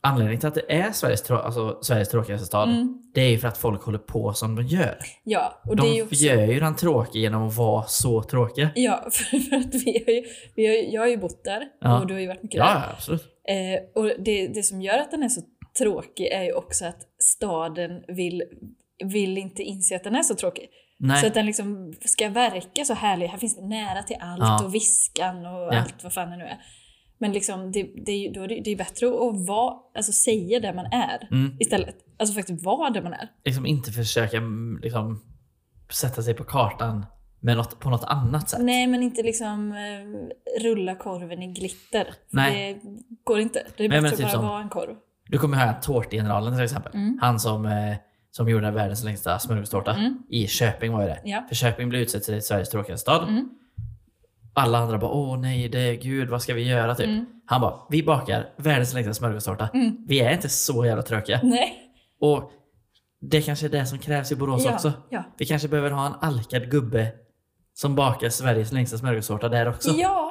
Speaker 2: anledningen till att det är Sveriges, trå- alltså, Sveriges tråkigaste stad,
Speaker 1: Mm.
Speaker 2: det är ju för att folk håller på som de gör.
Speaker 1: Ja, och det är
Speaker 2: De
Speaker 1: ju också...
Speaker 2: gör ju den tråkig genom att vara så tråkiga.
Speaker 1: Ja, för, för att vi har ju, vi har, ju- jag har ju bott där
Speaker 2: Ja.
Speaker 1: och du har ju varit mycket
Speaker 2: Ja, ja, absolut.
Speaker 1: där. Eh, och det, det som gör att den är så tråkig är ju också att staden vill, vill inte inse att den är så tråkig.
Speaker 2: Nej.
Speaker 1: Så att den liksom ska verka så härlig. Här finns det nära till allt
Speaker 2: Ja.
Speaker 1: och viskan och
Speaker 2: Ja.
Speaker 1: allt vad fan det nu är. Men liksom, det, det, är ju- då är det, det är bättre att vara, alltså, säga där man är
Speaker 2: Mm.
Speaker 1: istället. Alltså faktiskt vara där man är.
Speaker 2: Liksom inte försöka mm, liksom, sätta sig på kartan med något, på något annat sätt.
Speaker 1: Nej, men inte liksom eh, rulla korven i glitter. För
Speaker 2: Nej.
Speaker 1: Det går inte. Det är
Speaker 2: men
Speaker 1: bättre att
Speaker 2: typ
Speaker 1: bara
Speaker 2: som-
Speaker 1: vara en korv.
Speaker 2: Du kommer höra Tårtgeneralen till exempel.
Speaker 1: Mm.
Speaker 2: Han som, eh, som gjorde världens längsta smörgåstårta
Speaker 1: Mm.
Speaker 2: i Köping var ju det.
Speaker 1: Ja.
Speaker 2: För Köping blev utsedd till Sveriges tråkigaste stad.
Speaker 1: Mm.
Speaker 2: Alla andra bara åh nej, det är gud, vad ska vi göra typ.
Speaker 1: Mm.
Speaker 2: Han bara, vi bakar världens längsta smörgåstårta.
Speaker 1: Mm.
Speaker 2: Vi är inte så jävla tråkiga.
Speaker 1: Nej.
Speaker 2: Och Det kanske är det som krävs i Borås
Speaker 1: ja,
Speaker 2: också.
Speaker 1: Ja.
Speaker 2: Vi kanske behöver ha en alkad gubbe som bakar Sveriges längsta smörgåstårta där också.
Speaker 1: Ja!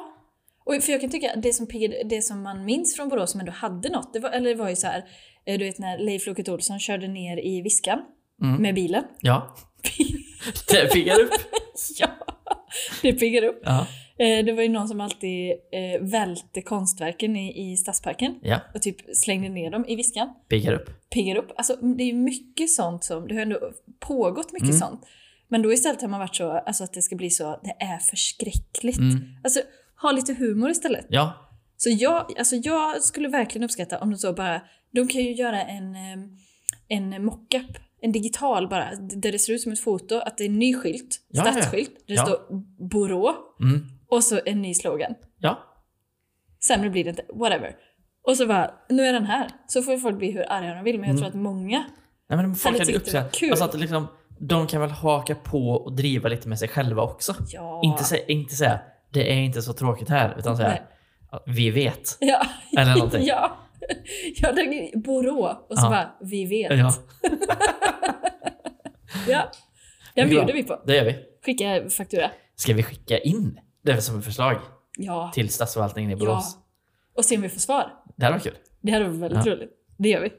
Speaker 1: Och för jag kan tycka att det som, piggade- det som man minns från Borås som ändå hade något, det var, eller det var ju så här, eh, du vet när Leif Loket Olsson körde ner i Viskan
Speaker 2: Mm.
Speaker 1: med bilen.
Speaker 2: Ja. Det piggar upp.
Speaker 1: Ja! Det piggar upp.
Speaker 2: Ja.
Speaker 1: Eh, Det var ju någon som alltid eh, välte konstverken i, i Stadsparken
Speaker 2: ja,
Speaker 1: och typ slängde ner dem i Viskan.
Speaker 2: piggar upp.
Speaker 1: Piggar upp. Alltså det är ju mycket sånt som, det har ju ändå pågått mycket
Speaker 2: Mm.
Speaker 1: sånt. Men då istället har man varit så, alltså att det ska bli så, det är förskräckligt.
Speaker 2: Mm.
Speaker 1: Alltså ha lite humor istället.
Speaker 2: Ja,
Speaker 1: Så jag, alltså jag skulle verkligen uppskatta om de så bara, de kan ju göra en, em, en mockup, en digital bara, där det ser ut som ett foto, att det är en ny skylt,
Speaker 2: Ja, ja.
Speaker 1: stadsskylt, där det
Speaker 2: Ja.
Speaker 1: står Borås
Speaker 2: mm.
Speaker 1: och så en ny slogan.
Speaker 2: ja.
Speaker 1: Sämre blir det inte, whatever. Och så bara, nu är den här. Så får folk bli hur arga de vill,
Speaker 2: Mm.
Speaker 1: men jag tror att många,
Speaker 2: Nej, men folk
Speaker 1: Hade
Speaker 2: hade
Speaker 1: tyckt det var
Speaker 2: uppskattat.
Speaker 1: kul.
Speaker 2: Alltså att liksom, de kan väl haka på och driva lite med sig själva också.
Speaker 1: ja...
Speaker 2: Inte, sä, inte säga det är inte så tråkigt här, utan säga
Speaker 1: Nej.
Speaker 2: "Ja, vi vet.
Speaker 1: Ja.
Speaker 2: Eller någonting.
Speaker 1: ja. Ja, den, Borås. Och så
Speaker 2: Ja.
Speaker 1: bara, vi vet. Ja.
Speaker 2: Ja,
Speaker 1: Den
Speaker 2: Ja.
Speaker 1: bjuder vi på.
Speaker 2: det gör vi.
Speaker 1: Skicka faktura.
Speaker 2: Ska vi skicka in det är som ett förslag
Speaker 1: Ja.
Speaker 2: till statsförvaltningen i Borås?
Speaker 1: Och se om vi får svar.
Speaker 2: Det här var kul.
Speaker 1: Det här var väldigt roligt. Det gör vi.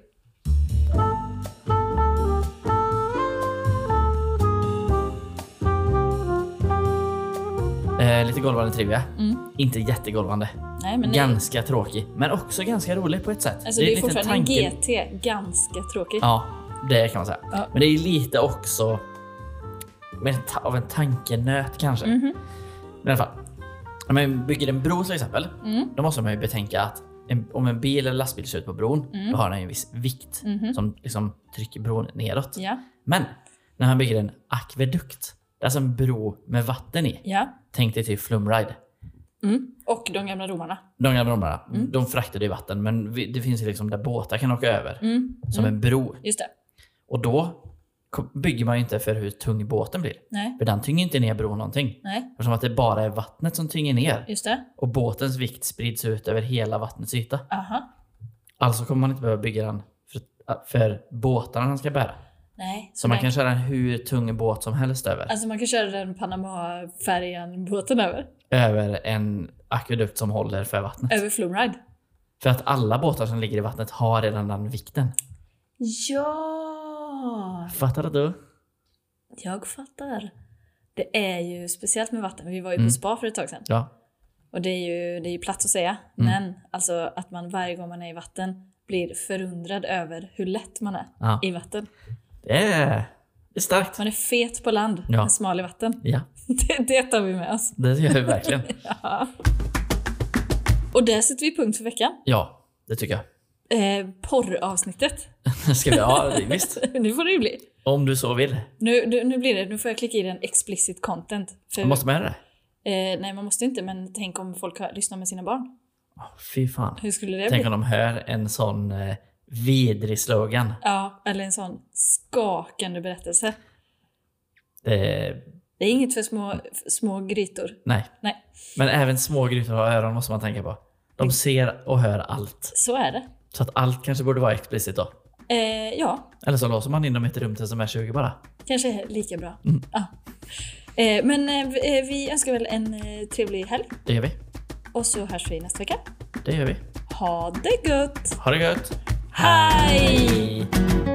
Speaker 2: Eh, lite golvande trivia.
Speaker 1: Mm.
Speaker 2: Inte jättegolvande.
Speaker 1: Nej, men nej.
Speaker 2: ganska tråkig, men också ganska rolig på ett sätt.
Speaker 1: Alltså, det är
Speaker 2: en liten
Speaker 1: fortfarande
Speaker 2: tanke-
Speaker 1: en GT. Ganska tråkigt.
Speaker 2: Ja, det kan man säga.
Speaker 1: Ja.
Speaker 2: Men det är lite också med en ta- av en tankenöt kanske.
Speaker 1: Mhm.
Speaker 2: Men i alla fall. Om man bygger en bro till exempel,
Speaker 1: Mm.
Speaker 2: då måste man ju betänka att en, om en bil eller lastbil kör ut på bron, då har den ju en viss vikt
Speaker 1: Mm. Mhm.
Speaker 2: som liksom trycker bron neråt.
Speaker 1: Ja.
Speaker 2: Men när man bygger en akvedukt, det är alltså en bro med vatten i.
Speaker 1: Ja.
Speaker 2: Tänk dig typ Flumride.
Speaker 1: Mm. Och de gamla romarna.
Speaker 2: De gamla romarna,
Speaker 1: Mm.
Speaker 2: de fraktade ju vatten, men vi, det finns ju liksom där båtar kan åka över.
Speaker 1: Mm.
Speaker 2: Som en bro.
Speaker 1: Just det.
Speaker 2: Och då kom- bygger man ju inte för hur tung båten blir.
Speaker 1: Nej.
Speaker 2: För den tynger inte ner bron någonting.
Speaker 1: Nej.
Speaker 2: Eftersom att det bara är vattnet som tynger ner.
Speaker 1: Just det.
Speaker 2: Och båtens vikt sprids ut över hela vattnets yta.
Speaker 1: Aha.
Speaker 2: Alltså kommer man inte behöva bygga den för, för båtarna den ska bära.
Speaker 1: Nej.
Speaker 2: Så man
Speaker 1: den-
Speaker 2: kan köra en hur tung båt som helst över.
Speaker 1: Alltså man kan köra den Panama-färjan båten över.
Speaker 2: Över en akvedukt som håller för vattnet.
Speaker 1: Över Flumride. Alltså-
Speaker 2: För att alla båtar som ligger i vattnet har redan den vikten.
Speaker 1: Ja!
Speaker 2: Fattar du?
Speaker 1: Jag fattar. Det är ju speciellt med vatten. Vi var ju på
Speaker 2: Mm.
Speaker 1: spa för ett tag sedan.
Speaker 2: Ja.
Speaker 1: Och det är ju, det är ju platt att säga.
Speaker 2: Mm.
Speaker 1: Men alltså att man varje gång man är i vatten blir förundrad över hur lätt man är
Speaker 2: ja.
Speaker 1: i vatten.
Speaker 2: Det är, det är starkt.
Speaker 1: Man är fet på land,
Speaker 2: Ja.
Speaker 1: men smal i vatten.
Speaker 2: Ja,
Speaker 1: Det, det tar vi med oss.
Speaker 2: det gör vi verkligen.
Speaker 1: Ja. Och där sätter vi punkt för veckan.
Speaker 2: Ja, det tycker jag.
Speaker 1: Eh, porravsnittet.
Speaker 2: Ska vi? Ja, visst.
Speaker 1: nu får det ju bli.
Speaker 2: Om du så vill.
Speaker 1: Nu, nu, nu blir det, nu får jag klicka i den explicit content. För,
Speaker 2: Måste man göra det?
Speaker 1: eh, nej, man måste inte, men tänk om folk hör, lyssnar med sina barn.
Speaker 2: Åh, Fy fan.
Speaker 1: Hur skulle det
Speaker 2: Tänk
Speaker 1: bli?
Speaker 2: om de hör en sån eh, vidrig slogan.
Speaker 1: Ja, eller en sån skakande berättelse.
Speaker 2: Eh,
Speaker 1: Det är inget för små, för små grytor.
Speaker 2: nej.
Speaker 1: Nej.
Speaker 2: Men även små grytor har öron måste man tänka på. De ser och hör allt.
Speaker 1: Så är det.
Speaker 2: Så att allt kanske borde vara explicit då.
Speaker 1: Eh, ja,
Speaker 2: Eller så låser man in dem i ett rum tills de är 20 bara.
Speaker 1: kanske är lika bra. Ja. Eh, men eh, vi- eh, vi önskar väl en eh, trevlig helg
Speaker 2: Det gör vi.
Speaker 1: och så hörs vi nästa vecka.
Speaker 2: Det gör vi.
Speaker 1: Ha det gött!
Speaker 2: Ha det gött!
Speaker 1: Hej!
Speaker 2: Hej.